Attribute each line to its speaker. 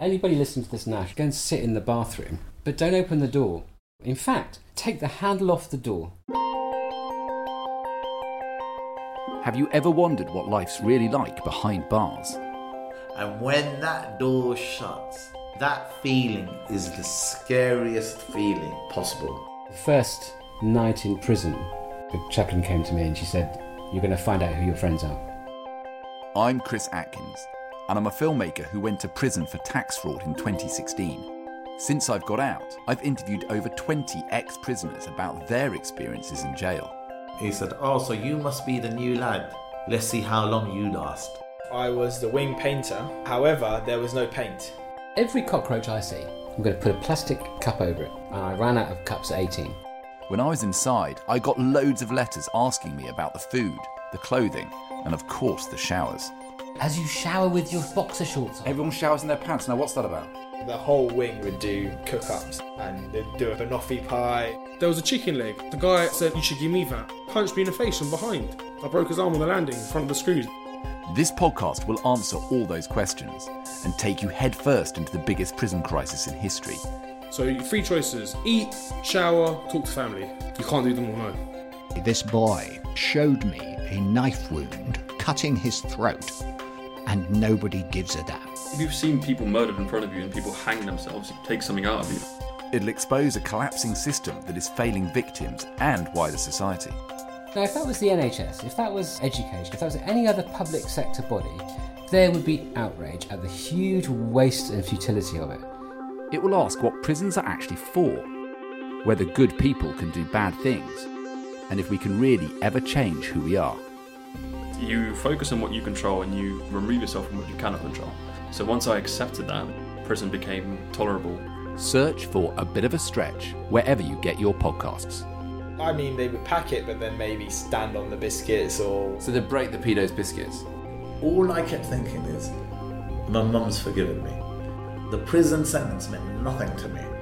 Speaker 1: Anybody listening to this now should go and sit in the bathroom, but don't open the door. In fact, take the handle off the door.
Speaker 2: Have you ever wondered what life's really like behind bars?
Speaker 3: And when that door shuts, that feeling is the scariest feeling possible.
Speaker 1: The first night in prison, the chaplain came to me and she said, You're going to find out who your friends are.
Speaker 2: I'm Chris Atkins, and I'm a filmmaker who went to prison for tax fraud in 2016. Since I've got out, I've interviewed over 20 ex prisoners about their experiences in jail.
Speaker 3: He said, Oh, so you must be the new lad. Let's see how long you last.
Speaker 4: I was the wing painter, however, there was no paint.
Speaker 1: Every cockroach I see, I'm going to put a plastic cup over it. And I ran out of cups at 18.
Speaker 2: When I was inside, I got loads of letters asking me about the food, the clothing, and of course the showers.
Speaker 1: As you shower with your boxer shorts on.
Speaker 2: Everyone showers in their pants. Now, what's that about?
Speaker 4: The whole wing would do cook ups and they'd do a banoffee pie.
Speaker 5: There was a chicken leg. The guy said, You should give me that. Punched me in the face from behind. I broke his arm on the landing in front of the screws.
Speaker 2: This podcast will answer all those questions and take you headfirst into the biggest prison crisis in history.
Speaker 5: So, three choices eat, shower, talk to family. You can't do them all, no.
Speaker 6: This boy showed me a knife wound cutting his throat, and nobody gives a damn.
Speaker 7: If you've seen people murdered in front of you and people hang themselves, it takes something out of you.
Speaker 2: It'll expose a collapsing system that is failing victims and wider society.
Speaker 1: Now, if that was the NHS, if that was education, if that was any other public sector body, there would be outrage at the huge waste and futility of it.
Speaker 2: It will ask what prisons are actually for, whether good people can do bad things, and if we can really ever change who we are.
Speaker 7: You focus on what you control and you remove yourself from what you cannot control. So once I accepted that, prison became tolerable.
Speaker 2: Search for A Bit of a Stretch wherever you get your podcasts.
Speaker 4: I mean, they would pack it, but then maybe stand on the biscuits or.
Speaker 8: So they break the pedos biscuits.
Speaker 3: All I kept thinking is, My mum's forgiven me. The prison sentence meant nothing to me.